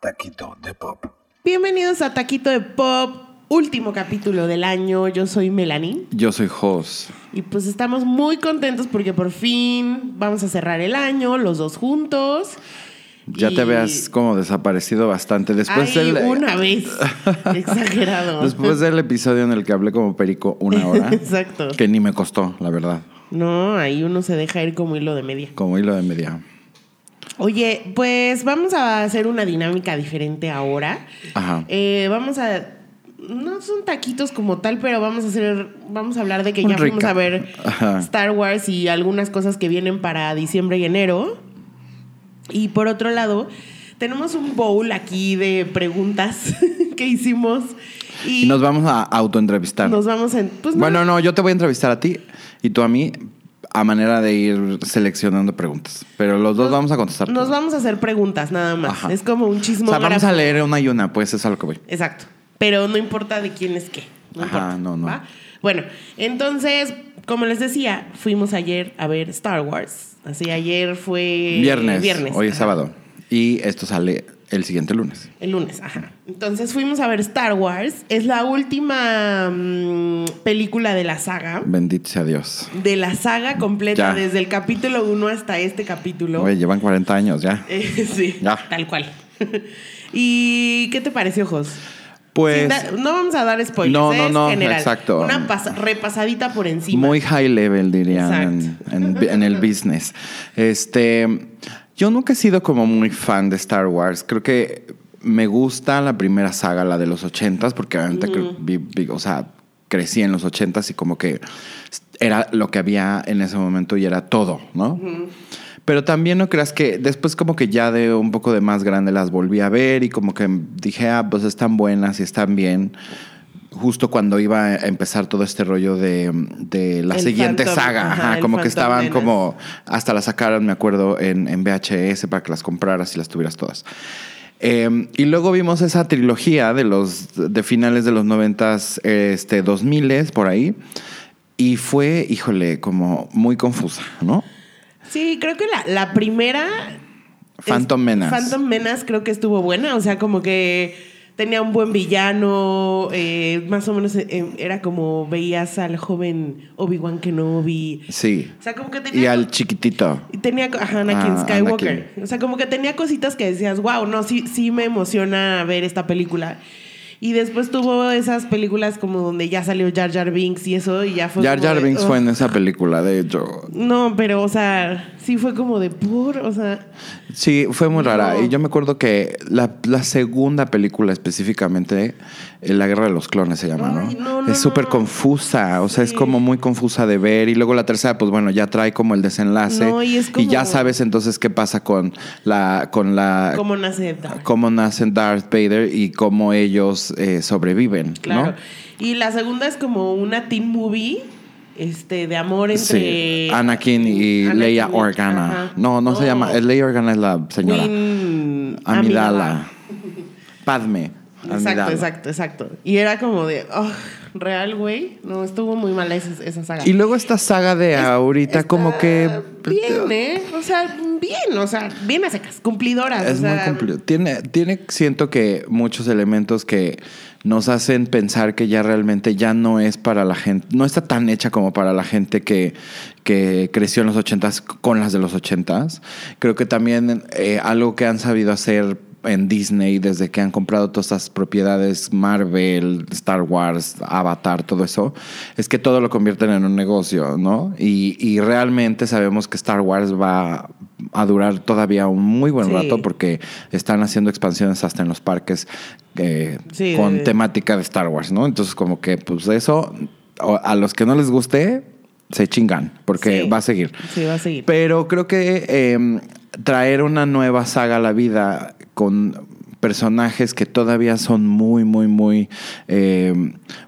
Taquito de Pop. Bienvenidos a Taquito de Pop, último capítulo del año. Yo soy Melanie Yo soy Jos. y pues estamos muy contentos porque por fin vamos a cerrar el año, los dos juntos. Ya Y te habías como desaparecido bastante. Después Ay, del, una vez. Exagerado. después ¿ah? del episodio en el que hablé como perico una hora. Exacto. Que ni me costó, la verdad. No, ahí uno se deja ir como hilo de media. Como hilo de media. Oye, pues vamos a hacer una dinámica diferente ahora. Ajá. Eh, vamos a. No son taquitos como tal, pero vamos a hacer. Vamos a hablar de que Un ya vamos recap. a ver Ajá. Star Wars y algunas cosas que vienen para diciembre y enero. Y por otro lado, tenemos un bowl aquí de preguntas que hicimos. Y, Y nos vamos a autoentrevistar. nos vamos en. Pues no, Bueno, no, yo te voy a entrevistar a ti y tú a mí a manera de ir seleccionando preguntas. Pero los dos vamos a contestar. nos todo. vamos a hacer preguntas nada más. Ajá. Es como un o chismo. sea, vamos a leer una y una, pues eso es a lo que voy. Exacto. Pero no importa de quién es qué. No Ajá, importa, no, no. ¿va? Bueno, entonces, como les decía, fuimos ayer a ver Star Wars. Así ayer fue. Viernes. Eh, Viernes. Hoy es ajá. sábado. Y esto sale el siguiente lunes. El lunes, ajá. Entonces fuimos a ver Star Wars. Es la última mm, película de la saga. Bendito sea Dios. De la saga Ya. completa, desde el capítulo 1 hasta este capítulo. Oye, llevan 40 años ya. Eh, sí, Ya. tal cual. ¿Y qué te pareció, Jos? Pues Sin da- no vamos a dar spoilers. ¿eh? No, es no, no, general. exacto. Una pas- repasadita por encima. muy high level dirían en, en- en el business. Este, yo nunca he sido como muy fan de Star Wars. Creo que me gusta la primera saga, la de los ochentas, porque realmente creo- vi- vi- o sea, crecí en los ochentas y como que era lo que había en ese momento y era todo, ¿no? Pero también no creas que después como que ya de un poco de más grande las volví a ver y como que dije, ah, pues están buenas y están bien. Justo cuando iba a empezar todo este rollo de, de la El siguiente Phantom, saga, ajá, ajá, el como que Phantom estaban Menace. como, hasta las sacaron, me acuerdo, en, en VHS para que las compraras y las tuvieras todas. Eh, y luego vimos esa trilogía de los de finales de los 90s, este, 2000 por ahí. Y fue, híjole, como muy confusa, ¿no? Sí, creo que la, la primera. es- Phantom Menace. Phantom Menace creo que estuvo buena. O sea, como que tenía un buen villano. eh, más o menos eh, era como veías al joven Obi-Wan Kenobi. Sí. O sea, como que tenía. Y al chiquitito. y tenía co- ajá, Anakin Ah, Skywalker. Anakin. O sea, como que tenía cositas que decías, wow, no, sí, sí me emociona ver esta película. Y después tuvo esas películas como donde ya salió Jar Jar Binks y eso, y ya fue. Jar como Jar de, Binks "Ugh". fue en esa película, de hecho. No, pero, o sea, sí fue como de por, o sea. Sí, fue muy rara. No. Y yo me acuerdo que la, la segunda película específicamente, eh, La Guerra de los Clones se llama, ¿no? Ay, no, no, es súper no. confusa, o sea, es Sí. como muy confusa de ver. Y luego la tercera, pues bueno, ya trae como el desenlace. No, y es como- ya sabes entonces qué pasa con la... Con la ¿Cómo nace Darth? Ah, cómo nacen Darth Vader y cómo ellos eh, sobreviven, Claro. ¿no? Y la segunda es como una teen movie este, de amor entre. Sí, Anakin y Anakin Leia y- Organa. ajá. Oh. No, no, se llama. Leia Organa es la señora. Queen Amidala. Padme. Exacto, Amidala. exacto, exacto. Y era como de, oh, real, güey. No, estuvo muy mala esa, esa saga. Y luego esta saga de ahorita, Está como que. Bien, ¿eh? O sea, bien, o sea, bien a secas, cumplidoras. Es o sea, muy cumplido. Tiene, tiene, siento que muchos elementos que nos hacen pensar que ya realmente ya no es para la gente, no está tan hecha como para la gente que, que creció en los ochentas con las de los ochentas. Creo que también eh, algo que han sabido hacer en Disney desde que han comprado todas estas propiedades, Marvel, Star Wars, Avatar, todo eso, es que todo lo convierten en un negocio, ¿no? Y, y realmente sabemos que Star Wars va a durar todavía un muy buen Sí. rato porque están haciendo expansiones hasta en los parques eh, Sí, con de- temática de Star Wars, ¿no? Entonces como que pues eso, o- a los que no les guste, se chingan porque Sí. va a seguir. Sí, va a seguir. Pero creo que eh, traer una nueva saga a la vida con personajes que todavía son muy, muy, muy, eh,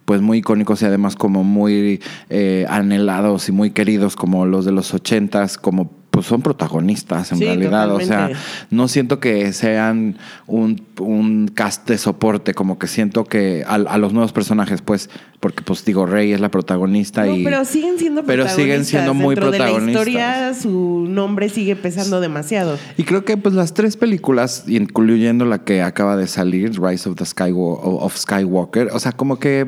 pues muy icónicos y además como muy eh, anhelados y muy queridos como los de los ochentas, como pues son protagonistas en Sí, realidad. O totalmente. sea, no siento que sean un, un cast de soporte, como que siento que a, a los nuevos personajes, pues, porque pues digo, Rey es la protagonista No, y... pero siguen siendo pero protagonistas. siguen siendo muy Dentro protagonistas. De la historia, su nombre sigue pesando demasiado. Y creo que pues las tres películas, incluyendo la que acaba de salir, Rise of the Skywa- of Skywalker, o sea, como que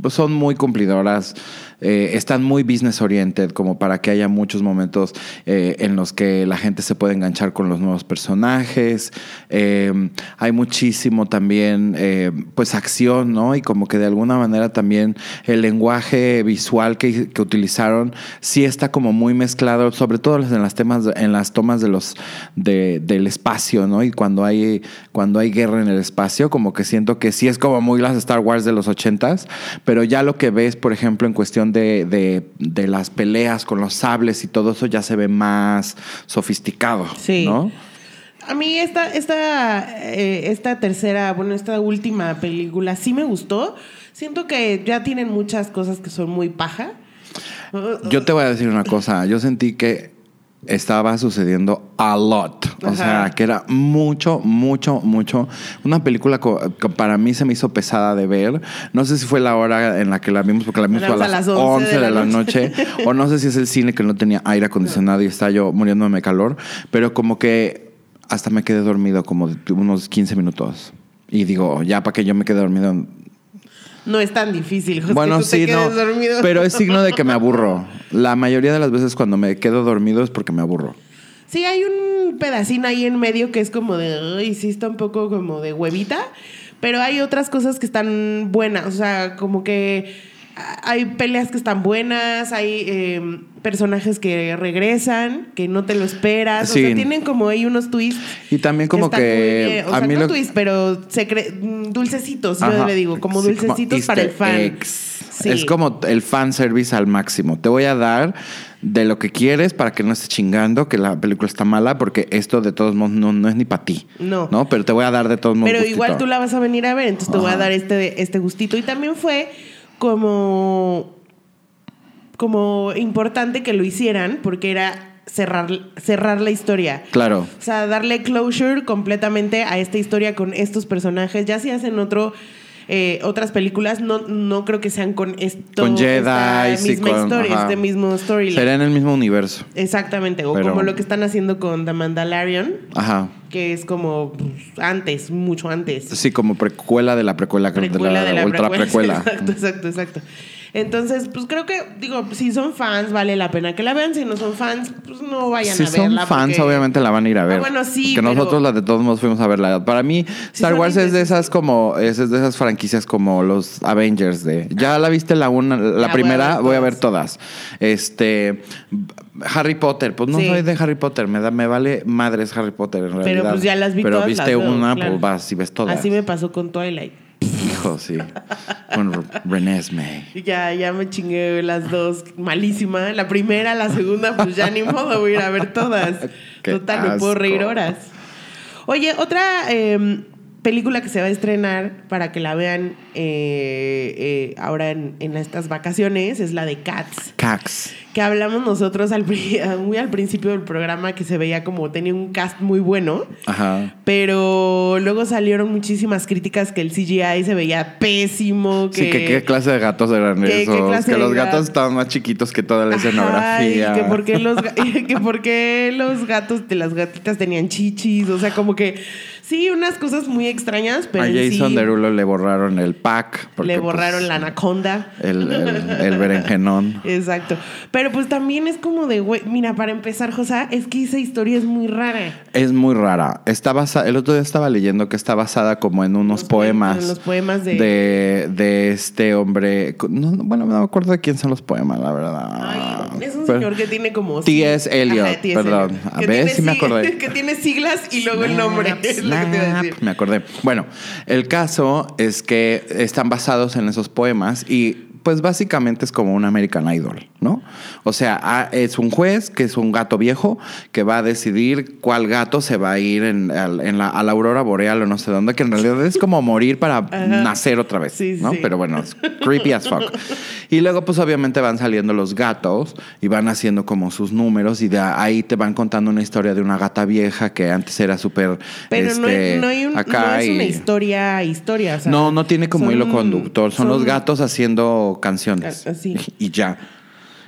pues, son muy cumplidoras, eh, están muy business oriented, como para que haya muchos momentos eh, en los que la gente se puede enganchar con los nuevos personajes. Eh, hay muchísimo también, eh, pues, acción, ¿no? Y como que de alguna manera también el lenguaje visual que, que utilizaron sí está como muy mezclado, sobre todo en las temas, en las tomas de los de- del espacio, ¿no? Y cuando hay cuando hay guerra en el espacio, como que siento que sí es como muy las Star Wars de los ochentas, pero ya lo que ves, por ejemplo, en cuestión de, de- de las peleas con los sables y todo eso ya se ve más sofisticado, Sí. ¿no? A mí esta, esta, eh, esta tercera, bueno, esta última película sí me gustó. Siento que ya tienen muchas cosas que son muy paja. Yo te voy a decir una cosa. Yo sentí que estaba sucediendo a lot. O Ajá. sea, que era mucho, mucho, mucho. Una película co- que para mí se me hizo pesada de ver. No sé si fue la hora en la que la vimos, porque la vimos a las, 11 de, la noche. o no sé si es el cine que no tenía aire acondicionado y estaba yo muriéndome de calor. Pero como que hasta me quedé dormido como de unos 15 minutos. Y digo, "Oh, ya para que yo me quede dormido No es tan difícil, José, bueno, que tú te sí, no. quedes dormido. Pero es signo de que me aburro. La mayoría de las veces cuando me quedo dormido es porque me aburro. Sí, hay un pedacín ahí en medio que es como de, ay, sí, está un poco como de huevita, pero hay otras cosas que están buenas, o sea, como que ah, hay peleas que están buenas, hay eh, personajes que regresan, que no te lo esperas, Sí. o sea, tienen como ahí unos twists. Y también como están muy que bien. O a sea, mí no lo- twists, pero se cre- mm, dulcecitos, yo Ajá. le digo, como Sí, dulcecitos para el easter fan. eggs. Sí. Es como el fan service al máximo. Te voy a dar de lo que quieres para que no estés chingando que la película está mala porque esto de todos modos no, no es ni para ti. No. No, pero te voy a dar de todos modos. Pero gustito. igual tú la vas a venir a ver, entonces te voy a Ajá. dar este, este gustito. Y también fue como, como importante que lo hicieran porque era cerrar, cerrar la historia. Claro. O sea, darle closure completamente a esta historia con estos personajes. Ya si hacen otro... eh, otras películas no, no creo que sean con esto Con Jedi, esta sí, misma con- historia, ajá. este mismo storyline Será en el mismo universo. exactamente o Pero- como lo que están haciendo con The Mandalorian Ajá. que es como pues, antes mucho antes Sí, como precuela de la precuela, creo, precuela de la, ultra precuela. Exacto, exacto, exacto. Entonces, pues creo que, digo, si son fans, vale la pena que la vean. Si no son fans, pues no vayan Si a verla. son fans, porque- Ah, obviamente la van a ir a ver. bueno, sí, Que pero- nosotros la de todos modos fuimos a verla. Para mí, Star son Wars es de esas como, es de esas franquicias como los Avengers de. Ya la viste la una, la voy a primera, ver voy a ver todas. Este Harry Potter, pues no Sí. soy de Harry Potter, me da, me vale madres Harry Potter en realidad. Pero pues ya las vi Pero todas, viste las veo, una, claro. pues vas y ves todas. Así me pasó con Twilight. Hijo, sí. Con Renesme. Y Ya, ya me chingué las dos, malísima. La primera, la segunda, pues ya ni modo, voy a ir a ver todas. Qué Total, me puedo asco. reír horas. Oye, otra eh, película que se va a estrenar para que la vean eh, eh, ahora en, en estas vacaciones es la de Cats. Cax. que hablamos nosotros al, pri- muy al principio del programa que se veía como tenía un cast muy bueno, Ajá. pero luego salieron muchísimas críticas que el CGI se veía pésimo, que, sí, que qué clase de gatos eran que- qué esos. clase que de los gatos. gatos estaban más chiquitos que toda la Ajá, escenografía. y que por qué los ga- que por qué los gatos de las gatitas tenían chichis, o sea, como que sí, unas cosas muy extrañas, pero a en Jason sí, Derulo le borraron el pack. porque, le borraron pues, la anaconda. El, el, el berenjenón. Exacto. Pero pues también es como de, güey, mira, para empezar, José, es que esa historia es muy rara. Es muy rara. Está basa- el otro día estaba leyendo que está basada como en unos Los poe- poemas. en los poemas de- de... de este hombre. No, no, bueno, no me acuerdo de quién son los poemas, la verdad. Ay, es un Ah, Pero- señor que tiene como. T.S. Eliot, Ajá, T.S. perdón. Eliot. A Que ver tiene si me sig- acordé. Que tiene siglas y luego el nombre. Snap, Es lo que te iba a decir. snap. Me acordé. Bueno, el caso es que están basados en esos poemas y pues básicamente es como un American Idol, ¿no? O sea, ah, es un juez que es un gato viejo que va a decidir cuál gato se va a ir en, en la, a la aurora boreal o no sé dónde, que en realidad es como morir para Ajá. nacer otra vez, Sí, ¿no? sí. Pero bueno, es creepy as fuck. Y luego pues obviamente van saliendo los gatos y van haciendo como sus números y de ahí te van contando una historia de una gata vieja que antes era súper... Pero no, este, es- no hay un- no acá es una y- historia, historia. o sea, no, no tiene como son- hilo conductor. Son, los son- gatos haciendo canciones. Ah, sí. Y ya.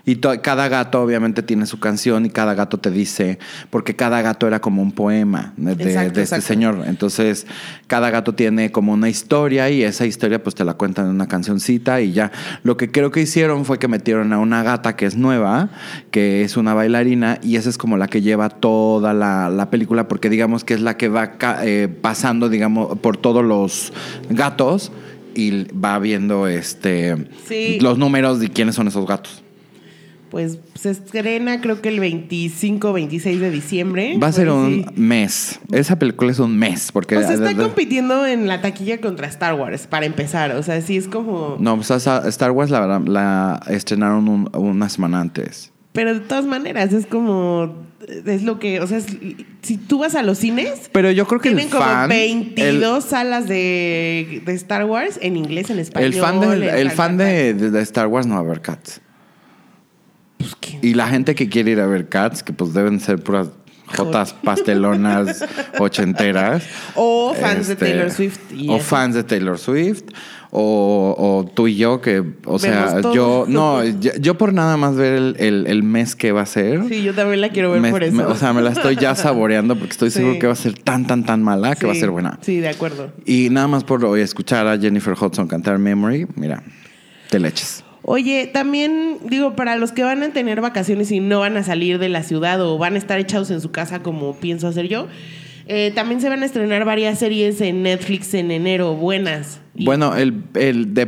Y to- cada gato obviamente tiene su canción y cada gato te dice, porque cada gato era como un poema de, de- Exacto, de este exacto. señor. Entonces, cada gato tiene como una historia y esa historia pues te la cuentan en una cancioncita y ya. Lo que creo que hicieron fue que metieron a una gata que es nueva, que es una bailarina y esa es como la que lleva toda la, la película porque digamos que es la que va ca- eh, pasando, digamos, por todos los gatos y va viendo este Sí. los números de quiénes son esos gatos. Pues se estrena creo que el 25, 26 de diciembre. Va a ser Pues, un sí. mes. Esa película es un mes. Porque O sea, está de- de- compitiendo en la taquilla contra Star Wars, para empezar. O sea, sí es como... No, pues, esa- Star Wars la, verdad, la estrenaron un- una semana antes. Pero de todas maneras, es como... Es lo que... O sea, es- si tú vas a los cines... Pero yo creo que Tienen el fan. como el- 22 salas de, de Star Wars en inglés, en El, español. fan, de, en el tal, fan tal, de, de- de Star Wars no va a ver Cats. Pues, ¿quién? Y la gente que quiere ir a ver Cats, que pues deben ser puras jotas pastelonas ochenteras. O fans de Este, Taylor Swift. y o eso. fans de Taylor Swift. O, o tú y yo, que, o sea, Vemos todo. yo, no, yo, yo por nada más ver el, el- el mes que va a ser. Sí, yo también la quiero ver me- por eso. me- o sea, me la estoy ya saboreando porque estoy Sí. seguro que va a ser tan, tan, tan mala que va a Sí, ser buena. Sí, de acuerdo. Y nada más por hoy escuchar a Jennifer Hudson cantar Memory, mira, te leches. Oye, también digo, para los que van a tener vacaciones y no van a salir de la ciudad o van a estar echados en su casa como pienso hacer yo, eh, también se van a estrenar varias series en Netflix en enero, buenas. Y- Bueno, el, el de,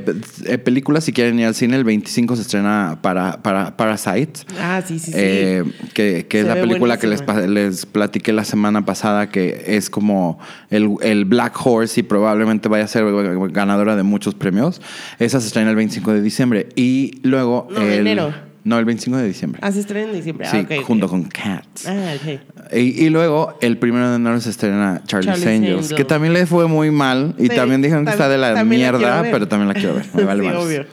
eh, película, si quieren ir al cine, el 25 se estrena para, para Parasite. Ah, sí, sí, sí. Eh, que que es Se la ve película que les, buenísima. pa- les platiqué la semana pasada, que es como el, el Black Horse y probablemente vaya a ser ganadora de muchos premios. Esa se estrena el 25 de diciembre. Y luego. No, de el- enero. No, el 25 de diciembre. ah, se estrena en diciembre. Ah, sí, ok, ok. junto con Cats. Ah, ok. Y, y luego, el primero de enero se estrena Charlie's, Charlie's Angels, Angels. que también le fue muy mal. Y Sí, también dijeron que tam- está de la también la mierda, quiero ver. pero también la quiero ver. Me vale sí, madres. obvio.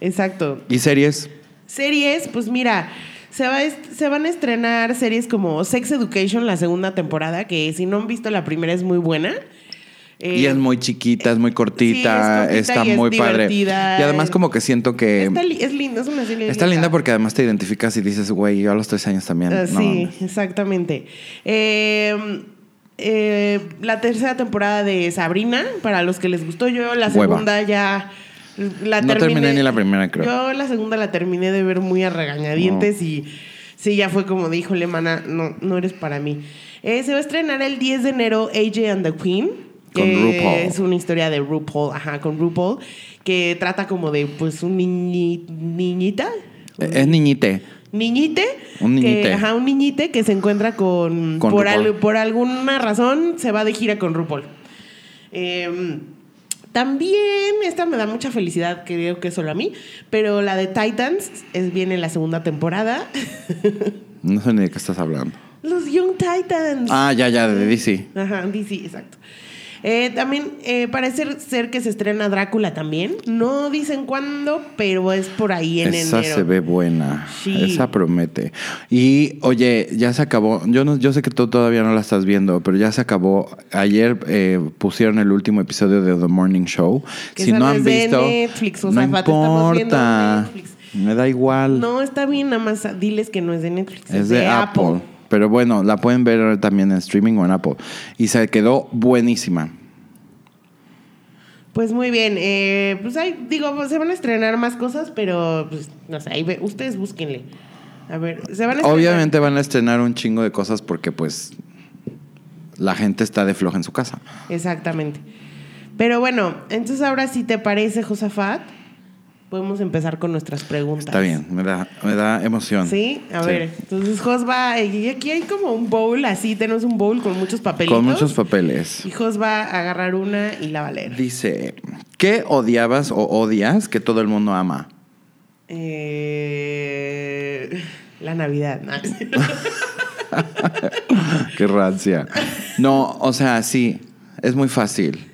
Exacto. Y series. Series, pues mira, se, va a est- se van a estrenar series como Sex Education, la segunda temporada, que si no han visto la primera es muy buena. Eh, y es muy chiquita, es muy cortita, sí, es cortita está y es muy padre. Y divertida. además, como que siento que. Está Está, li- es linda, es una serie linda porque además te identificas y dices, güey, yo a los tres años también. Ah, no sí, mames". exactamente. Eh, eh, la tercera temporada de Sabrina, para los que les gustó, yo la Hueva. segunda ya la No terminé ni la primera, creo. Ah, Yo la segunda la terminé de ver muy a regañadientes y sí, ya fue como de, híjole, mana, no, no eres para mí. Eh, se va a estrenar el 10 de enero AJ and the Queen. Con que RuPaul. Es una historia de RuPaul, ajá, con RuPaul, que trata como de, pues, un niñi- niñita. Es niñite. Niñite. Un niñite. que- ajá, un niñite que se encuentra con. Con por, RuPaul. al- por alguna razón se va de gira con RuPaul. Eh, también, esta me da mucha felicidad, creo que solo a mí, pero la de Titans es, viene la segunda temporada. No sé ni de qué estás hablando. Los Young Titans. Ah, ya, ya, de DC. Ajá, DC, exacto. Eh, también eh, parece ser que se estrena Drácula también. No dicen cuándo, pero es por ahí en Esa enero. se ve buena. Sí. Esa promete. Y oye, ya se acabó. Yo no, yo sé que tú todavía no la estás viendo, pero ya se acabó. Ayer eh, pusieron el último episodio de The Morning Show. Que si esa no no han es de visto, Netflix, o no sea, Fata, estamos viendo importa. Netflix. Me da igual. No, está bien, nada más diles que no es de Netflix. Es de, Apple. Pero bueno, la pueden ver también en streaming o en Apple. Y se quedó buenísima. Pues muy bien, eh, pues ahí, digo, pues se van a estrenar más cosas, pero pues no sé, ahí ve- ustedes búsquenle. A ver, se van a estrenar. Obviamente van a estrenar un chingo de cosas porque pues la gente está de floja en su casa. Exactamente. Pero bueno, entonces ahora si te parece, Josafat, podemos empezar con nuestras preguntas. Está bien, me da, me da emoción. Sí, a Sí. ver, entonces Jos va, y aquí hay como un bowl, así tenemos un bowl con muchos papelitos. Con muchos papeles. Y Jos va a agarrar una y la va a leer. Dice, ¿Qué odiabas o odias que todo el mundo ama? Eh, la Navidad. ¿no? Qué rancia. No, o sea, sí, es muy fácil.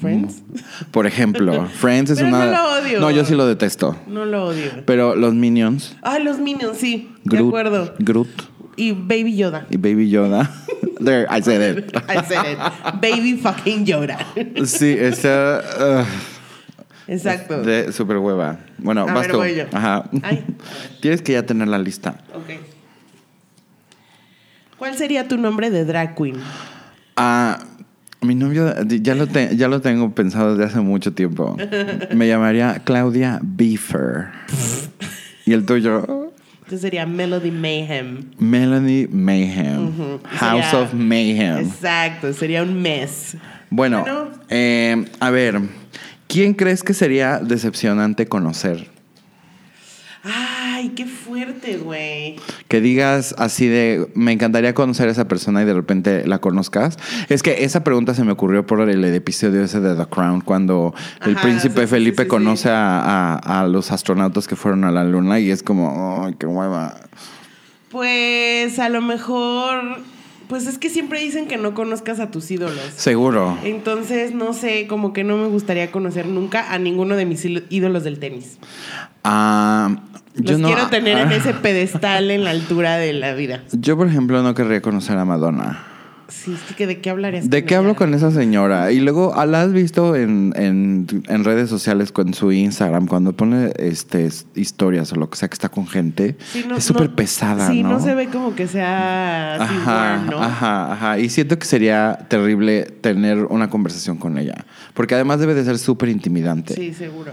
Friends. Por ejemplo, Friends es Pero una. no lo odio. No, yo sí lo detesto. No lo odio. Pero los Minions, Ay, Ah, los Minions, sí. Groot, De acuerdo. Groot Y Baby Yoda. y Baby Yoda. There, I said it. I said it. Baby fucking Yoda. Sí, está Exacto. de super hueva. Bueno, A vas ver, tú. voy yo. Ajá. Ay. Tienes que ya tener la lista. Ok. ¿Cuál sería tu nombre de drag queen? Ah, mi novio ya lo, te- ya lo tengo pensado desde hace mucho tiempo. Me llamaría Claudia Beefer. y el tuyo, Entonces Este sería Melody Mayhem. Melanie Mayhem. Ujú. House Sería- of Mayhem. Exacto, sería un mes. Bueno, Bueno. eh, a ver, ¿quién crees que sería decepcionante conocer? Ay, qué fuerte, güey. Que digas así de, me encantaría conocer a esa persona y de repente la conozcas. Es que esa pregunta se me ocurrió por el episodio ese de The Crown, cuando el Ajá, príncipe sí, sí, Felipe sí, sí. conoce a, a- a los astronautas que fueron a la luna y es como, ay, qué hueva. Pues a lo mejor, pues es que siempre dicen que no conozcas a tus ídolos. Seguro. Entonces, no sé, como que no me gustaría conocer nunca a ninguno de mis ílo- ídolos del tenis. Ah, yo Los no, quiero tener en ah, ese pedestal en la altura de la vida. Yo, por ejemplo, no querría conocer a Madonna. Sí, es que ¿de qué hablarías? ¿De qué hablo ella? con esa señora? Y luego, ah, ¿la has visto en, en- en redes sociales con su Instagram cuando pone este, s- historias o lo que sea que está con gente? Sí, no- es súper no- pesada, Sí, ¿no? no se ve como que sea así, Ajá, warm, ¿no? ajá, ajá. Y siento que sería terrible tener una conversación con ella. Porque además debe de ser súper intimidante. Sí, seguro.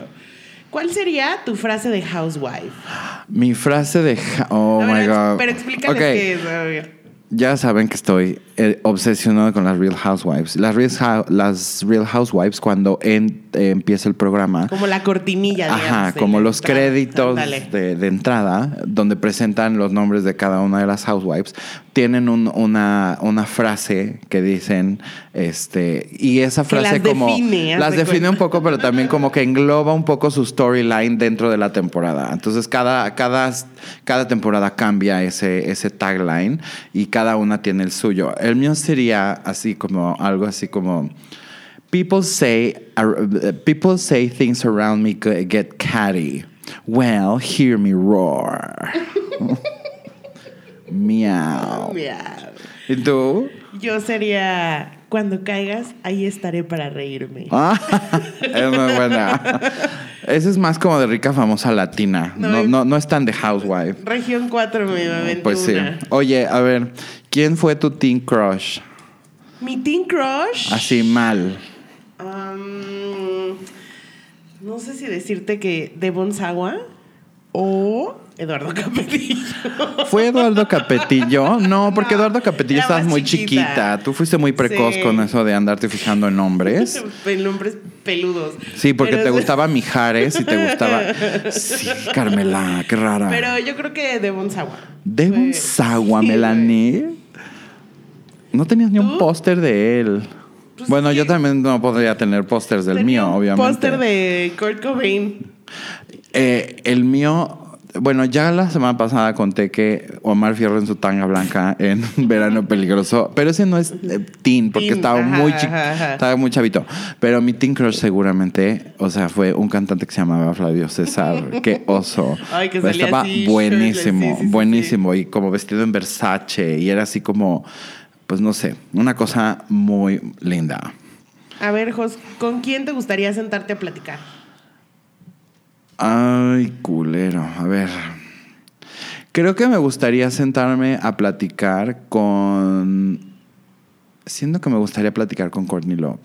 ¿Cuál sería tu frase de housewife? Mi frase de... ja- Oh, A ver, my ex- God. Pero explícales Ok. qué es. a ver. Ya saben que estoy eh, obsesionado con las Real Housewives. Las Real, Hou- las Real Housewives, cuando en- eh, empieza el programa, Como la cortinilla, digamos. Ajá, de como la los entrada. créditos Ándale. de, de entrada, donde presentan los nombres de cada una de las housewives, tienen un- una, una frase que dicen, este, y esa Que las frase como define, haz las de define cuenta. un poco, pero también como que engloba un poco su storyline dentro de la temporada. Entonces cada, cada, cada temporada cambia ese, ese tagline y cada una tiene el suyo. El mío sería así como algo así como People say ar- people say things around me g- get catty. Well, hear me roar. Miau. Mira, ¿Y tú? Yo sería. Cuando caigas, ahí estaré para reírme. Ah, es muy buena. Ese es más como de rica famosa latina. No, No, es- no, no es tan de housewife. Región 4, me aventó Pues sí. una. Oye, a ver, ¿quién fue tu teen crush? Mi Teen Crush. Así mal. Am, no sé si decirte que Devon Sawa o Eduardo Capetillo. ¿Fue Eduardo Capetillo? No, porque No, Eduardo Capetillo era estás más muy chiquita. chiquita. Tú fuiste muy precoz Sí. con eso de andarte fijando en hombres. Pel- Nombres peludos. Pues- Sí, porque Pero- te gustaba Mijares y te gustaba. Sí, Carmela, qué rara. Pero yo creo que Devon Sawa. de un Fue- sagua, Sí, Melanie. No tenías ni un ¿Tú? póster de él. Pues bueno, sí. yo también no podría tener pósters del Tenía mío, un obviamente. Póster de Kurt Cobain. Eh, el mío, bueno, ya la semana pasada conté que Omar Fierro en su tanga blanca en Verano Peligroso, pero ese no es eh, teen, porque Teen, estaba ajá, muy chico, ajá, ajá. estaba muy chavito. Pero mi teen crush seguramente, o sea, fue un cantante que se llamaba Flavio César, qué oso. Ay, que salía estaba así, buenísimo, shirtless, sí, sí, sí, buenísimo, y como vestido en Versace, y era así como, pues no sé, una cosa muy linda. A ver, Jos, ¿con quién te gustaría sentarte a platicar? Ay, culero. A ver. Creo que me gustaría sentarme a platicar con. Siento que me gustaría platicar con Courtney Love.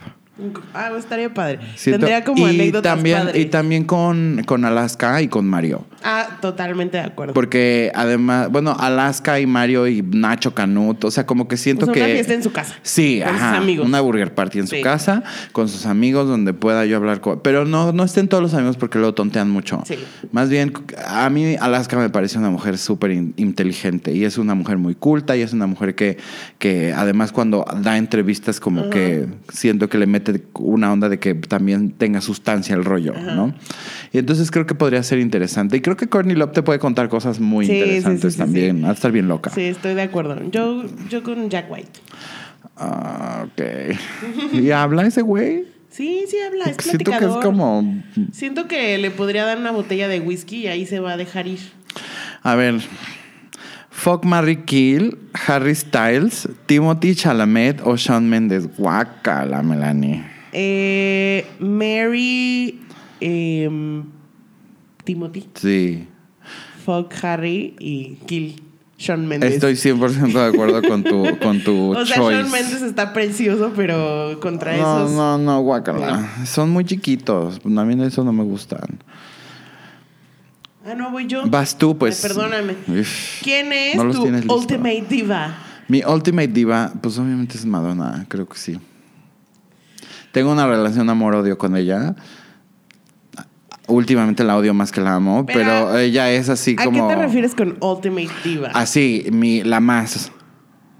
Ah, estaría padre. Siento- Tendría como y anécdotas también, padres. Y también con, con Alaska y con Mario. Ah, totalmente de acuerdo. Porque además, bueno, Alaska y Mario y Nacho Canut, o sea, como que siento O sea, que. Pues una fiesta en su casa, Sí, con sus ajá, amigos. Una burger party en Sí. su casa, con sus amigos, donde pueda yo hablar con. Pero no, no estén todos los amigos porque lo tontean mucho. Sí. Más bien, a mí Alaska me parece una mujer súper in- inteligente y es una mujer muy culta y es una mujer que, que además cuando da entrevistas como que siento que le mete una onda de que también tenga sustancia el rollo, ¿no? Y entonces creo que podría ser interesante. Y creo que Courtney Love te puede contar cosas muy Sí, sí, interesantes sí, sí, también. sí. Va a estar bien loca. Sí, estoy de acuerdo. Yo, yo con Jack White. Ah, ok. ¿Y habla ese güey? Sí, sí habla, es Siento que es platicador. como... Siento que le podría dar una botella de whisky y ahí se va a dejar ir. A ver. Fuck, Marry, Kill, Harry Styles, Timothy Chalamet o Shawn Mendes. Guácala, Melanie. Eh, Mary. em, Timothy. Sí. Fuck Harry y Kill. Sean Mendes. Estoy 100% de acuerdo con tu, con tu o sea, choice. Sean Mendes está precioso, pero contra no, esos. no, no, guácala. Son muy chiquitos. A mí eso no me gustan. Ah, no, voy yo. Vas tú, pues. Ay, perdóname. Uf. ¿Quién es No los tu tienes listo. Ultimate Diva? Mi ultimate diva, pues obviamente es Madonna, creo que sí. Tengo una relación amor-odio con ella. Últimamente la odio más que la amo, Pero, pero, ella es así ¿A como... qué te refieres con Ultimate Diva? Así, mi, la más.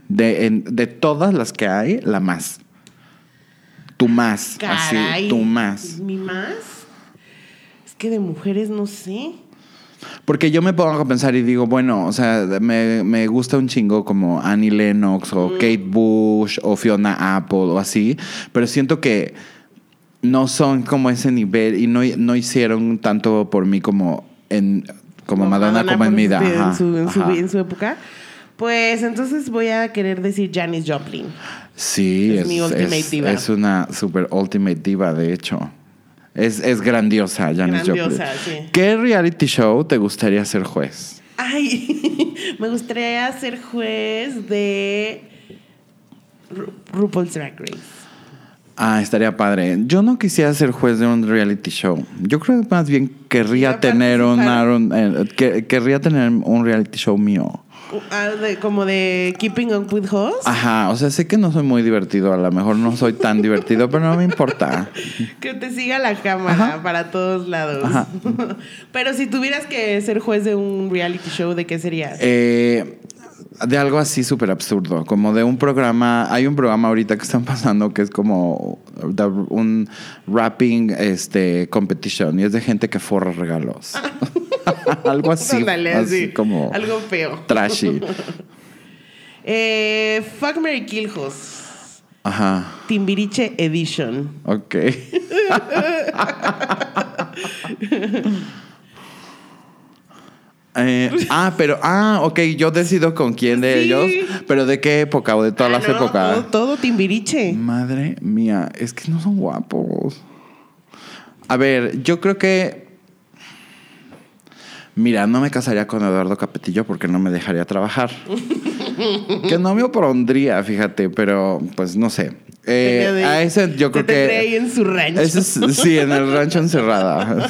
De, en- de todas las que hay, la más. Tu más. Así, tu más. ¿Mi más? Es que de mujeres no sé. Porque yo me pongo a pensar y digo, bueno, o sea, me, me gusta un chingo como Annie Lennox o Mm. Kate Bush o Fiona Apple o así, pero siento que no son como ese nivel y no, no hicieron tanto por mí como en como Madonna, como en por mi vida. supuesto, Ajá, En su, en, su, ajá. en su época. Pues entonces voy a querer decir Janis Joplin. Sí, Es es, mi ultimate es- diva. es una super ultimate diva, de hecho. Es, es grandiosa, Janis Grandiosa, Joplin. sí. ¿Qué reality show te gustaría ser juez? Ay, me gustaría ser juez de Ru- RuPaul's Drag Race. Ah, estaría padre. Yo no quisiera ser juez de un reality show. Yo creo que más bien querría Ya tener un, participar. un- eh, que- querría tener un reality show mío. Uh, ah, de- como de Keeping Up With Hosts. Ajá, o sea, sé que no soy muy divertido, a lo mejor no soy tan divertido, pero no me importa. Que te siga la cámara Ajá. para todos lados. Ajá. Pero si tuvieras que ser juez de un reality show, ¿de qué serías? Eh, de algo así súper absurdo, como de un programa, hay un programa ahorita que están pasando que es como da- un rapping este, competition y es de gente que forra regalos. algo así, Ándale, así así. como Algo feo. trashy. Eh, fuck Mary Kill Hosts. Ajá, Timbiriche Edition. ok. Eh, ah, pero, ah, ok, yo decido con quién de Sí. ellos, pero de qué época o de todas Ah, las no, épocas. Eh, Todo, todo Timbiriche. Madre mía, es que no son guapos. A ver, yo creo que. Mira, no me casaría con Eduardo Capetillo porque no me dejaría trabajar. que no me opondría, fíjate, pero pues no sé. Eh, Tenía de- a ese yo te creo tendré ahí que. en su rancho. ese es- sí, en el rancho encerrada.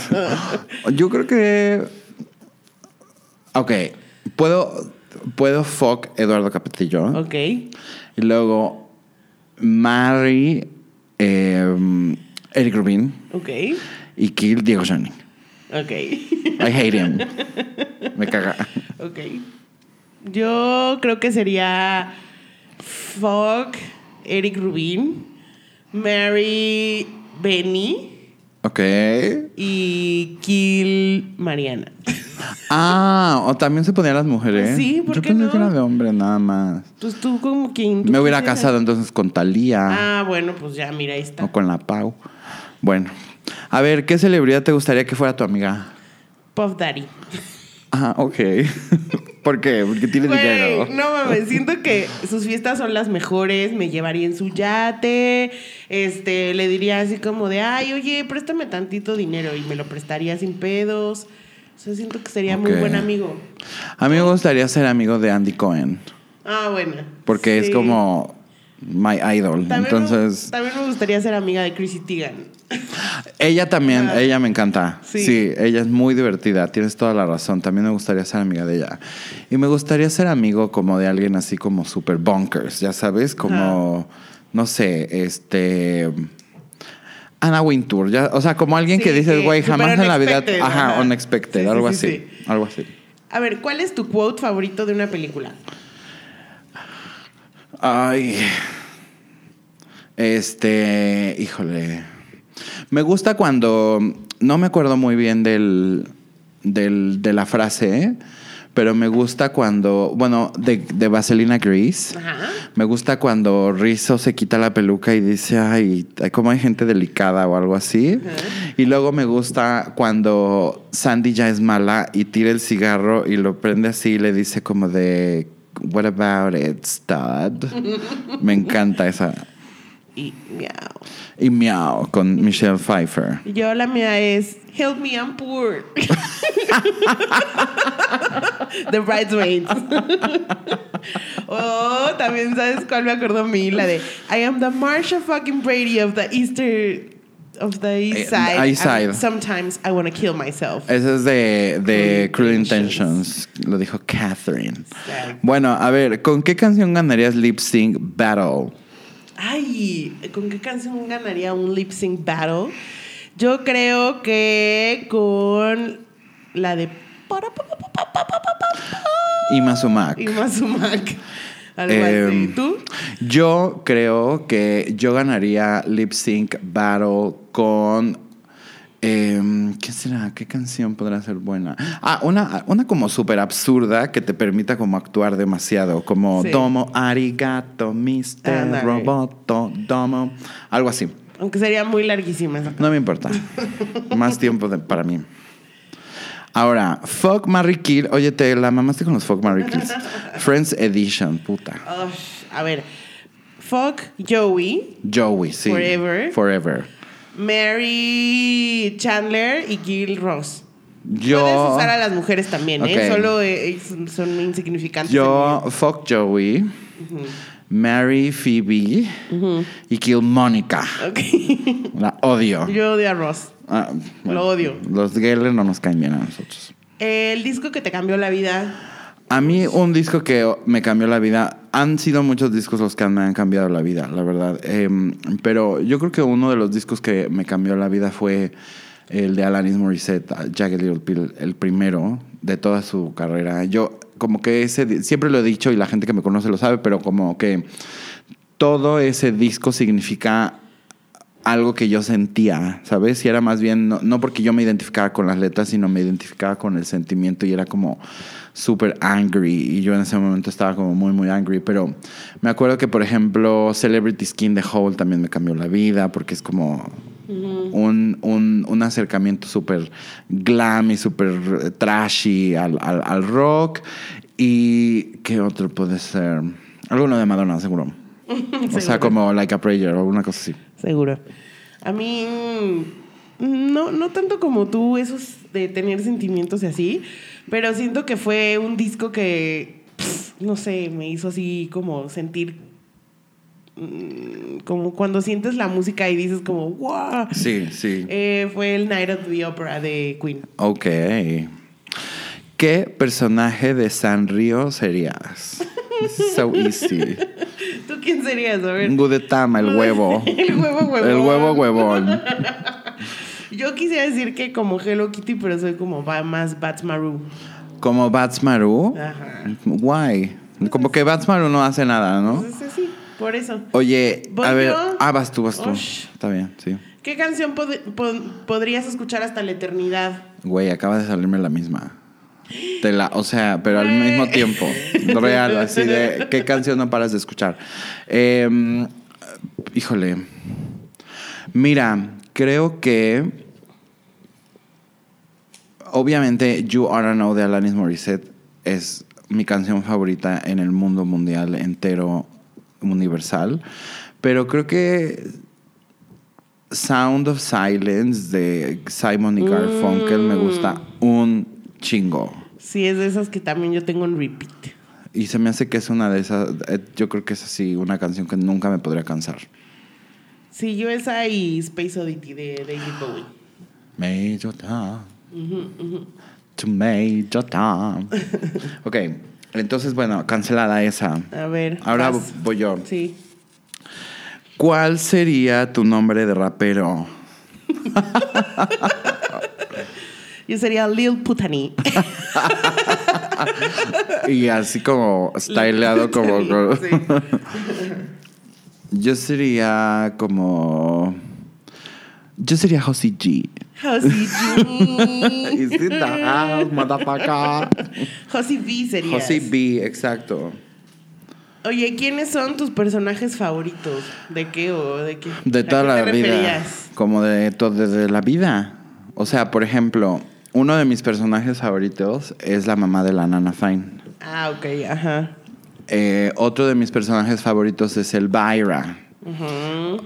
yo creo que. Ok, puedo. Puedo fuck Eduardo Capetillo. Ok. Y luego, Mary, eh, Eric Rubin Ok. y Kill Diego Schoening. Ok. I hate him. Me caga. ok. Yo creo que sería Fuck Eric Rubin, Mary Benny Ok. y Kill Mariana. Ah, o también se ponían las mujeres. Ah, Sí, ¿por Yo qué pensé no? que era de hombre nada más. Entonces Pues tú como quien... tú Me hubiera quisieras. casado entonces con Talía Ah, bueno, pues ya, mira, ahí está. o con la Pau. Bueno. A ver, ¿qué celebridad te gustaría que fuera tu amiga? Puff Daddy. Ah, ok. ¿Por qué? Porque tiene Güey, dinero. No mames, siento que sus fiestas son las mejores, me llevaría en su yate, este, le diría así como de, ay, oye, préstame tantito dinero y me lo prestaría sin pedos. O sea, siento que sería muy Ok. buen amigo. A mí me gustaría ser amigo de Andy Cohen. Ah, bueno. Porque es Sí. como. my idol. También Entonces, Me, también me gustaría ser amiga de Chrissy Teigen. ella también, ella me encanta. Sí. Sí. ella es muy divertida, tienes toda la razón. También me gustaría ser amiga de ella. Y me gustaría ser amigo como de alguien así como super bonkers, ya sabes, como, no sé, este... Ana Wintour, ya, o sea, como alguien Sí, que dices, que güey, jamás super en la vida... unexpected, Ajá, ajá. unexpected, Sí, sí, algo sí, así, sí. algo así. A ver, ¿cuál es tu quote favorito de una película? Ay. Este, híjole. Me gusta cuando no me acuerdo muy bien del, del- de la frase, ¿eh? pero me gusta cuando, bueno, de, de Vaselina Grease. Ajá. Me gusta cuando Rizzo se quita la peluca y dice, ay, como hay gente delicada o algo así. Y luego me gusta cuando Sandy ya es mala y tira el cigarro y lo prende así y le dice como de, what about it, stud? me encanta esa. Y miau. Y miau con Michelle Pfeiffer. Yo la mía es Help me, I'm poor. The Bridesmaids. oh, también sabes cuál me acordó a mí, la de I am the Marsha fucking Brady of the Easter of the East Eh, Side. East and Side. sometimes I want to kill myself. Esa es de, de Cruel Cruel Intentions. Intentions. Lo dijo Catherine. Exacto. Bueno, a ver, ¿con qué canción ganarías Lip Sync Battle? Ay, ¿con qué canción ganaría un lip sync battle? Yo creo que con la de Y Mazumak. y Mazumak. Algo Em, así. ¿Tú? Yo creo que yo ganaría Lip Sync Battle con. em, ¿Qué será? ¿Qué canción podrá ser buena? Ah, una, una como súper absurda que te permita como actuar demasiado. Como Sí. Domo Arigato, Mr. Ándale. Roboto, Domo. Algo así. Aunque sería muy larguísima esa. No me importa. Más tiempo de- para mí. Ahora, Fuck Marry Kill. Oye, te la mamaste con los Fuck Marry Kills. Friends Edition, puta. Ush, a ver. Fuck Joey, Joey, sí. Forever. Forever. Mary Chandler y Gil Ross. Yo. Puedes usar a las mujeres también, ¿eh? Ok. Solo eh, son- son insignificantes. Yo, fuck Joey. Mary Phoebe. Y kill Mónica. en mi- La odio. Ok. Yo odio a Ross. Ah, Lo odio. Los Geller no nos caen bien a nosotros. El disco que te cambió la vida. A mí un disco que me cambió la vida, han sido muchos discos los que me han cambiado la vida, la verdad. Em, pero yo creo que uno de los discos que me cambió la vida fue el de Alanis Morissette, Jagged Little Pill, el primero de toda su carrera. Yo como que ese, di- siempre lo he dicho y la gente que me conoce lo sabe, pero como que todo ese disco significa algo que yo sentía, ¿sabes? Y era más bien, no, no porque yo me identificaba con las letras, sino me identificaba con el sentimiento y era como súper angry. Y yo en ese momento estaba como muy, muy angry. Pero me acuerdo que, por ejemplo, Celebrity Skin de Hole también me cambió la vida porque es como un, un- un acercamiento súper glam y súper eh, trashy al, al- al rock. ¿Y qué otro puede ser? Alguno de Madonna, seguro. O sea, Seguro. como Like a Prayer o una cosa así. Seguro. A mí. mm, No, no tanto como tú, esos de tener sentimientos y así. Pero siento que fue un disco que. pff, no sé, me hizo así como sentir. mm, Como cuando sientes la música y dices como, wow. Sí, sí. Eh, fue el Night of the Opera de Queen. Ok. ¿Qué personaje de Sanrio serías? This is So easy. ¿Tú quién serías? A ver. Un Gudetama, el huevo. El huevo huevón. El huevo huevón. Yo quisiera decir que como Hello Kitty, pero soy como va- más Batmaru. Como Batsmaru. Ajá. Guay. Como que Batsmaru no hace nada, ¿no? Entonces, sí, Pues por eso. Oye, ¿Voy a ver. yo? Ah, vas tú, vas tú. Ush. Está bien, sí. ¿Qué canción pod- pod- podrías escuchar hasta la eternidad? Güey, acaba de salirme la misma. Te la, o sea, pero al Güey. mismo tiempo. Real, así de qué canción no paras de escuchar. Eh, híjole. Mira, creo que. Obviamente, You Are I Know de Alanis Morissette es mi canción favorita en el mundo mundial entero, universal. Pero creo que Sound of Silence de Simon y Garfunkel me gusta un chingo. Sí, es de esas que también yo tengo en repeat. Y se me hace que es una de esas. eh, Yo creo que es así una canción que nunca me podría cansar. Sí, yo esa y Space Oddity de David Bowie. Major Tom. To Major Tom. ok, entonces, bueno, cancelada esa. A ver. Ahora vas. voy yo. Sí. ¿Cuál sería tu nombre de rapero? Yo sería Lil Putani. Y así como styleado como... como- Sí. Yo sería como... Yo sería Josie G. Josie Is G. it the house, motherfucker? Josie B sería. Josie B, exacto. Oye, ¿quiénes son tus personajes favoritos? ¿De qué o de qué? De ¿A toda qué la te vida. referías? Como de todo, desde la vida. O sea, por ejemplo, uno de mis personajes favoritos es la mamá de la Nana Fine. Ah, ok, ajá. Eh, otro de mis personajes favoritos es Elvira.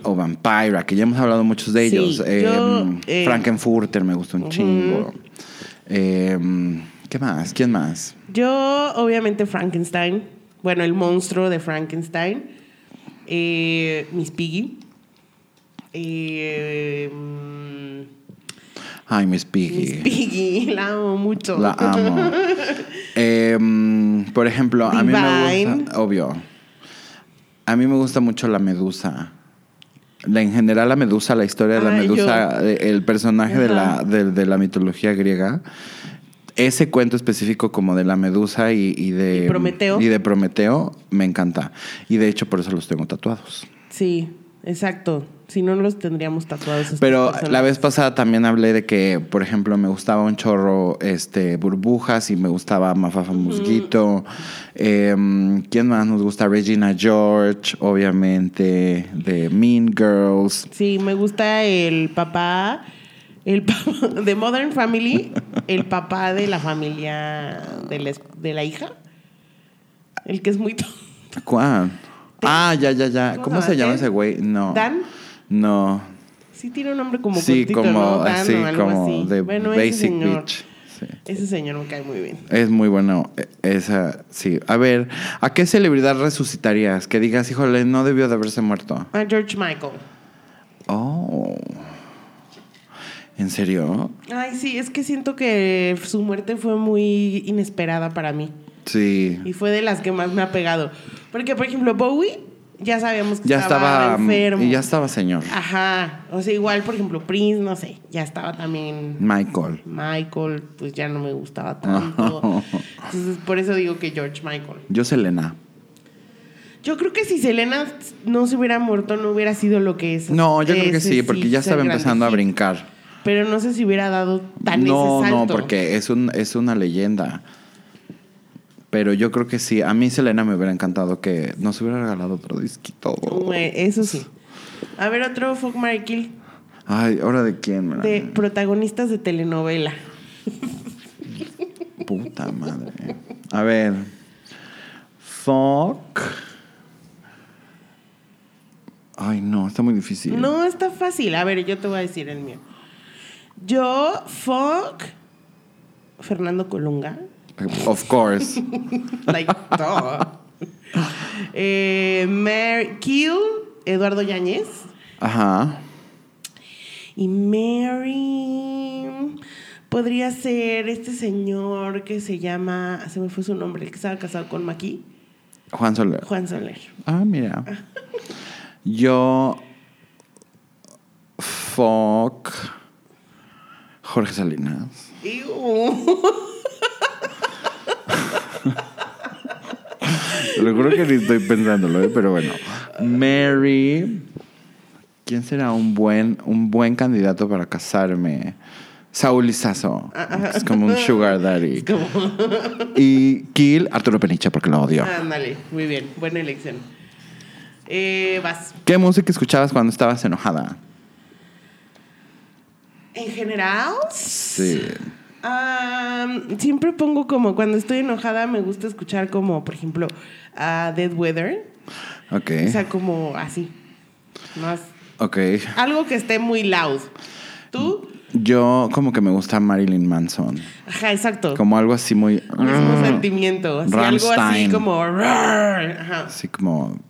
O Vampira, que ya hemos hablado muchos de Sí, ellos. Eh, yo, eh, Frankenfurter me gusta un chingo. Eh, ¿Qué más? ¿Quién más? Yo, obviamente, Frankenstein. Bueno, el monstruo de Frankenstein. Eh, Miss Piggy. Eh, mm, Ay, Miss Miss Piggy. Piggy, la amo mucho. La amo. Eh, por ejemplo, a mí me Divine. gusta, obvio, a mí me gusta mucho la medusa. La- en general, la medusa, la historia de la Ay, medusa, eh, el personaje de la, Ajá. de, de la mitología griega. Ese cuento específico como de la medusa y, y de... Y Prometeo. y de Prometeo, me encanta. Y de hecho, por eso los tengo tatuados. Sí, exacto. Si no, los tendríamos tatuados. estas Pero personas. la vez pasada también hablé de que, por ejemplo, me gustaba un chorro este, burbujas y me gustaba Mafafa Musguito. Em, ¿Quién más nos gusta? Regina George, obviamente, de Mean Girls. Sí, me gusta el papá. El papá de Modern Family, el papá de la familia de la, es- de la hija, el que es muy tonto. ¿Cuál? Ah, ya, ya, ya. ¿Cómo ¿Cómo, se se llama? llama ese güey? No. ¿Dan? No. Sí, tiene un nombre como sí, cortito, como, ¿no? Dan sí, o algo como así. de bueno, Basic ese señor, Bitch. Sí. ese señor me cae muy bien. Es muy bueno eh, esa, sí. A ver, ¿a qué celebridad resucitarías? Que digas, híjole, no debió de haberse muerto. A Ah, George Michael. Oh. ¿En serio? Ay, sí, es que siento que su muerte fue muy inesperada para mí. Sí. Y fue de las que más me ha pegado. Porque, por ejemplo, Bowie, ya sabíamos que Ya estaba, estaba, mm, enfermo. y ya estaba señor. Ajá. O sea, igual, por ejemplo, Prince, no sé, ya estaba también. Michael. Michael, pues ya no me gustaba tanto. Entonces, por eso digo que George Michael. Yo Selena. Yo creo que si Selena no se hubiera muerto, no hubiera sido lo que es. No, yo creo que Es, sí, porque ya es estaba el gran empezando a hit. brincar. Pero no sé si hubiera dado tan no, ese salto. no, porque es un es una leyenda. Pero yo creo que sí. A mí Selena me hubiera encantado que nos hubiera regalado otro disquito. Güey, Eso sí. A ver, otro Fuck Mary Kill Ay, ¿ahora de quién? man? de protagonistas de telenovela. Puta madre. A ver. Fuck. Ay, no, está muy difícil. No está fácil. A ver, yo te voy a decir el mío. Yo, fuck Fernando Colunga. Of course. Like, duh. Eh, Mary- kill Eduardo Yáñez. Ajá. Y Mary podría ser este señor que se llama, ah, se me fue su nombre, el que estaba casado con Maki, Juan Soler. Juan Soler. Ah, mira. Yo. Fuck. Jorge Salinas. Ew. Lo juro que ni estoy pensándolo, ¿eh? pero bueno. Mary. ¿Quién será un buen, un buen candidato para casarme? Saúl Izazo. Es como un sugar daddy. Y Kill, Arturo Peniche, porque lo odio. Ándale, muy bien, buena elección. Eh, vas. ¿Qué música escuchabas cuando estabas enojada? En general, Sí. am, siempre pongo como cuando estoy enojada me gusta escuchar como, por ejemplo, a Dead Weather. Ok. O sea, como así. Más, Ok. algo que esté muy loud. ¿Tú? Yo como que me gusta Marilyn Manson. Ajá, exacto. Mm. Como algo así muy... Mismo sentimiento. Así, algo así Mm, Rammstein. como. Ajá. Así como...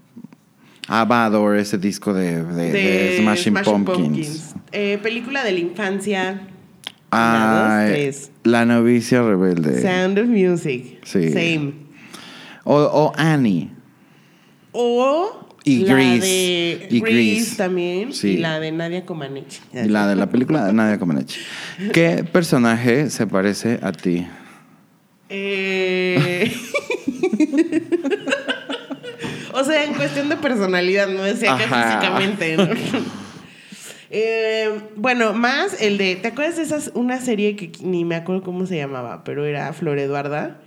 Abba adoro ese disco de, de- de Smashing, Pumpkins. Eh, película de la infancia. Una, dos, Ay, tres. la novicia rebelde. Sound of Music. Sí. Same. O, o Annie. O. Y la Grease. de Y Grease Grease. también. Sí. Y la de Nadia Comaneci. Y la de la película de Nadia Comaneci. ¿Qué personaje se parece a ti? Eh... o sea, en cuestión de personalidad, no decía que Ajá. físicamente. ¿no? Eh, bueno, más el de. ¿Te acuerdas de esas, una serie que ni me acuerdo cómo se llamaba, pero era Flor Eduarda,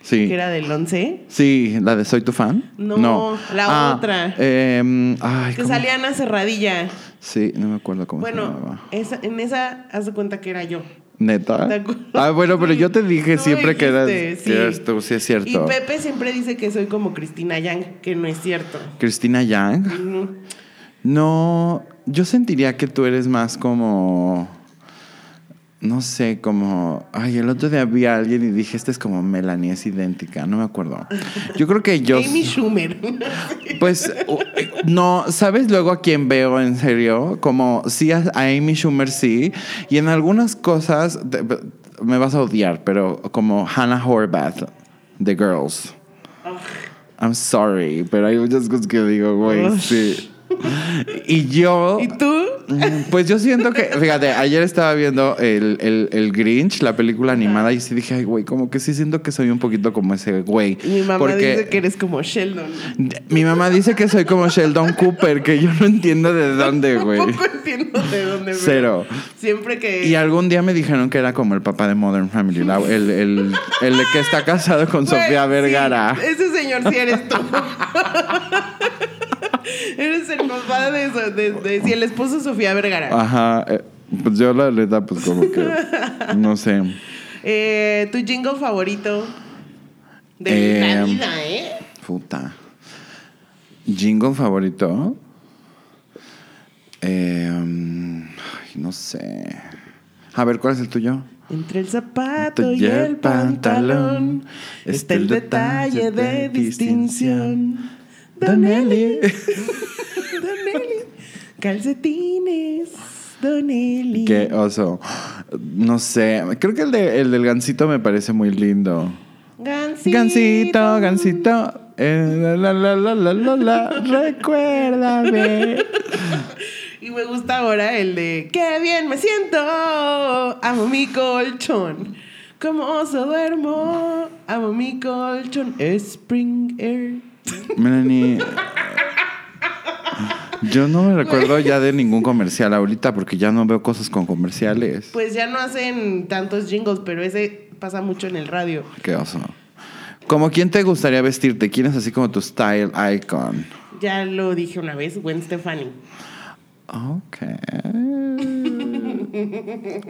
que Sí. era del 11? Sí, la de Soy tu fan. Ah, No, la otra. em, ay, Que ¿cómo? salía Ana Cerradilla. Sí, no me acuerdo cómo se Bueno, llamaba. esa- en esa, haz de cuenta que era yo. Neta. ¿Te acuerdas? Ah, bueno, pero yo te dije Tú siempre que eras, dijiste, que eras tú, sí es cierto. Y Pepe siempre dice que soy como Cristina Yang, que no es cierto. Cristina Yang. Ujú. No, yo sentiría que tú eres más como. No sé, como. Ay, el otro día vi a alguien y dije, esta es como Melanie, es idéntica. No me acuerdo. Yo creo que yo. Amy Schumer. Pues u- no, ¿sabes luego a quién veo en serio? Como sí a a Amy Schumer sí, y en algunas cosas te- me vas a odiar, pero como Hannah Horvath The Girls. I'm sorry, pero hay muchas cosas que digo, güey, Ugh. sí. Y yo ¿Y tú? Mm, Pues yo siento que, fíjate, ayer estaba viendo el, el- el Grinch, la película animada, y sí dije, ay, güey, como que sí siento que soy un poquito como ese güey. Mi mamá porque dice que eres como Sheldon. Mi mamá dice que soy como Sheldon Cooper, que yo no entiendo de dónde, güey. Tampoco entiendo de dónde pero Cero. Siempre que. Y algún día me dijeron que era como el papá de Modern Family, la- el, el- el que está casado con Güey, Sofía sí, Vergara. ese señor sí eres tú. eres el papá de, eso, de, de- sí, el esposo de Sofía Vergara. Ajá. eh, Pues yo la neta, pues como que, no sé. Eh, tu jingle favorito de la Eh, vida, ¿eh? Puta. Jingle favorito. Eh, mm, ay, no sé. A ver, ¿cuál es el tuyo? Entre el zapato y el pantalón está el detalle de distinción. Don Eli, Don Eli, calcetines, Don Eli. Qué oso. No sé. Creo que el, de- el del gancito me parece muy lindo. Gansito, Gancito, gancito. eh, la, la, la, la, la, la, la, recuérdame. Y me gusta ahora el de ¡Qué bien me siento! Amo mi colchón. Como oso duermo, amo mi colchón. Spring Air. Melanie. Yo no me recuerdo ya de ningún comercial ahorita porque ya no veo cosas con comerciales. Pues ya no hacen tantos jingles, pero ese pasa mucho en el radio. Qué oso. ¿Como quién te gustaría vestirte? ¿Quién es así como tu style icon? Ya lo dije una vez, Gwen Stefani. Ok.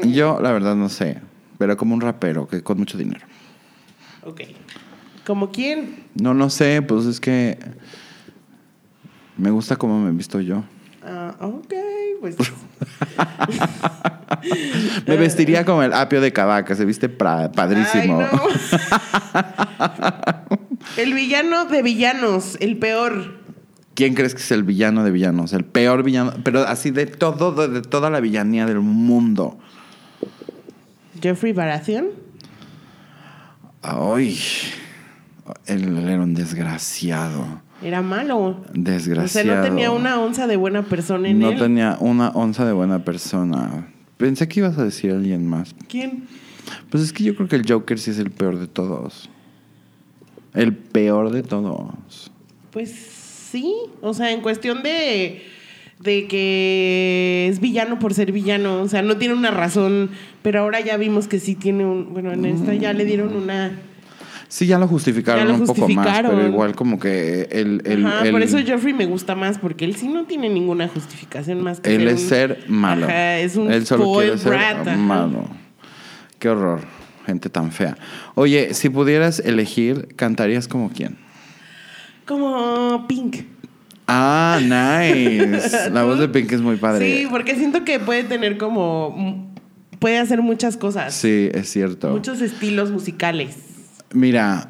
Yo, la verdad, no sé. Pero como un rapero que con mucho dinero. Ok. ¿Como quién? No, no sé, pues es que me gusta cómo me visto yo. Ah, ok, pues. Me vestiría como el apio de Cavaca, se viste pra- padrísimo. Ay, no. el villano de villanos, el peor. ¿Quién crees que es el villano de villanos? El peor villano, pero así de todo, de, de toda la villanía del mundo. Jeffrey Baratheon. Ay, él era un desgraciado. Era malo. Desgraciado. O sea, no tenía una onza de buena persona en No él. tenía una onza de buena persona. Pensé que ibas a decir a alguien más. ¿Quién? Pues es que yo creo que el Joker sí es el peor de todos. El peor de todos. Pues sí. O sea, en cuestión de. De que es villano por ser villano, o sea, no tiene una razón, pero ahora ya vimos que sí tiene un. Bueno, en esta ya le dieron una. Sí, ya lo justificaron Ya lo un poco más, pero justificaron. igual como que el... el- Ajá, el- por eso Jeffrey me gusta más, porque él sí no tiene ninguna justificación más que Él es un- ser malo. Ajá, es un Él solo spoiled quiere ser brat, ajá. malo. Qué horror. Gente tan fea. Oye, si pudieras elegir, ¿cantarías como quién? Como Pink. Ah, nice. La voz de Pink es muy padre. Sí, porque siento que puede tener como mm, puede hacer muchas cosas. Sí, es cierto. Muchos estilos musicales. Mira,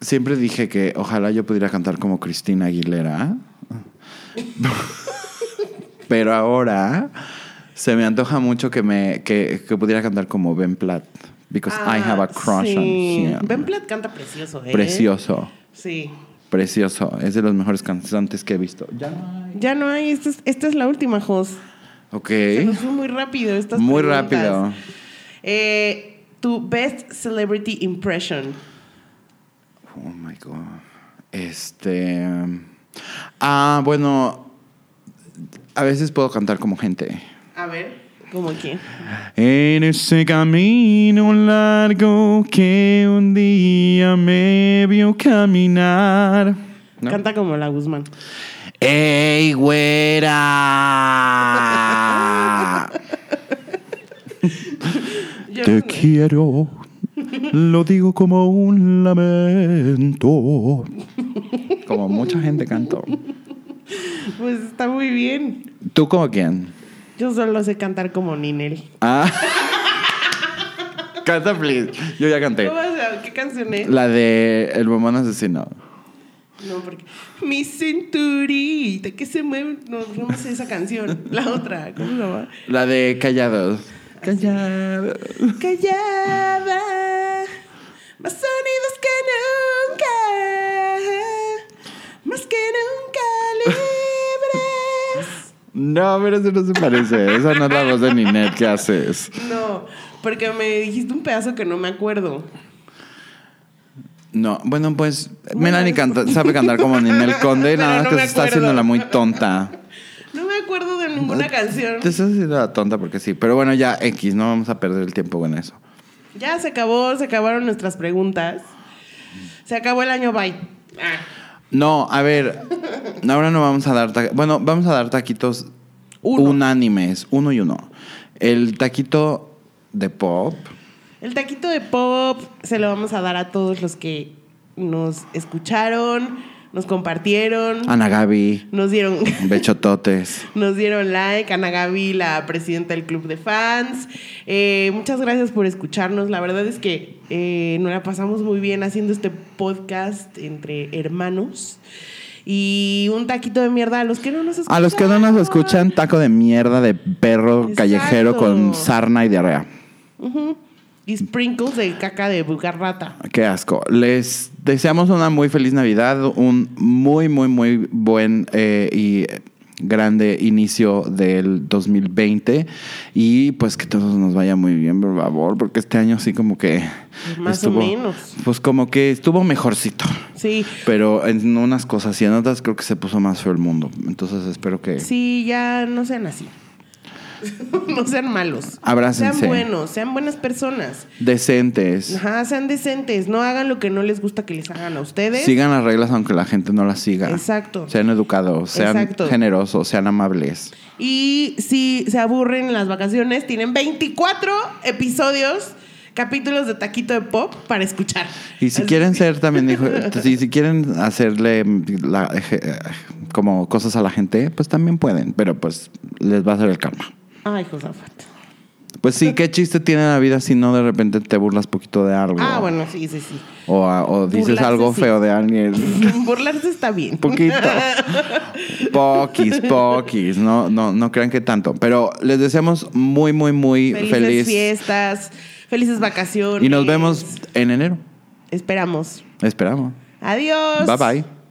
siempre dije que ojalá yo pudiera cantar como Cristina Aguilera. Pero ahora se me antoja mucho que me que, que pudiera cantar como Ben Platt. Because Ah, I have a crush on sí. him. Ben Platt canta precioso, ¿eh? Precioso. Sí. Precioso. Es de los mejores cantantes que he visto. Ya no hay. Ya no hay, esta es, esta es la última, Jos. Ok. Se nos fue muy rápido estas Muy preguntas. rápido. Eh, tu best celebrity impression. Oh my God. Este. Ah, bueno. A veces puedo cantar como gente. A ver, ¿cómo quién? En ese camino largo que un día me vio caminar. ¿No? Canta como la Guzmán. ¡Ey, güera! Yo- Te quiero. Lo digo como un lamento. Como mucha gente cantó. pues está muy bien. ¿Tú como quién? Yo solo sé cantar como Ninel. Ah. Canta, please. Yo ya canté. ¿Cómo se- ¿Qué canción es? La de El Mamón Asesino. No, porque. Mi cinturita que se mueve. No, no me sé esa canción. La otra, ¿cómo se llama? La de Callados. Callados. Callaba. Más sonidos que nunca. Más que nunca libres. No, pero eso no se parece. Esa no es la voz de Ninette que haces. No, porque me dijiste un pedazo que no me acuerdo. No, bueno, pues Bueno, Melanie es- canta- sabe cantar como Ninel Conde. Pero Nada no más me que se está acuerdo. haciendo la muy tonta. No me acuerdo de ninguna canción. Te estás haciendo la tonta porque sí. Pero bueno, ya X, no vamos a perder el tiempo con eso. Ya se acabó, se acabaron nuestras preguntas. Se acabó el año, bye. Ah. No, a ver. Ahora no vamos a dar. ta- Bueno, vamos a dar taquitos Uno. unánimes. Uno y uno. El taquito de pop. El taquito de pop se lo vamos a dar a todos los que nos escucharon, nos compartieron, Ana Gaby. nos dieron, Bechototes. nos dieron like. Ana Gaby, la presidenta del club de fans. Eh, muchas gracias por escucharnos. La verdad es que eh, nos la pasamos muy bien haciendo este podcast entre hermanos. Y un taquito de mierda a los que no nos escuchan. A los que no nos escuchan, taco de mierda de perro Exacto. callejero con sarna y diarrea. Ujú. Y sprinkles de caca de bugarrata. Qué asco. Les deseamos una muy feliz Navidad, un muy, muy, muy buen eh, y grande inicio del 2020 y pues que todos nos vaya muy bien, por favor, porque este año sí como que... Más o menos. Pues como que estuvo mejorcito, Sí. pero en unas cosas y en otras creo que se puso más feo el mundo. Entonces espero que... Sí, ya no sean así. no sean malos. Abrácense. Sean buenos, sean buenas personas. Decentes. Ajá, sean decentes. No hagan lo que no les gusta que les hagan a ustedes. Sigan las reglas aunque la gente no las siga. Exacto. Sean educados, sean Exacto. generosos, sean amables. Y si se aburren en las vacaciones, tienen 24 episodios, capítulos de Taquito de Pop para escuchar. Y si Así- quieren ser también, dijo, si, si quieren hacerle la- como cosas a la gente, pues también pueden, pero pues les va a hacer el karma. Ay, Josafat. Pues sí, ¿qué chiste tiene la vida si no de repente te burlas poquito de algo? Ah, bueno, sí, sí, sí. O, a- o dices Burlarse, algo sí. feo de alguien. Burlarse está bien. Poquito. Poquis, poquis. No, no, no crean que tanto. Pero les deseamos muy, muy, muy Felices feliz. fiestas, felices vacaciones. Y nos vemos en enero. Esperamos. Esperamos. Adiós. Bye bye.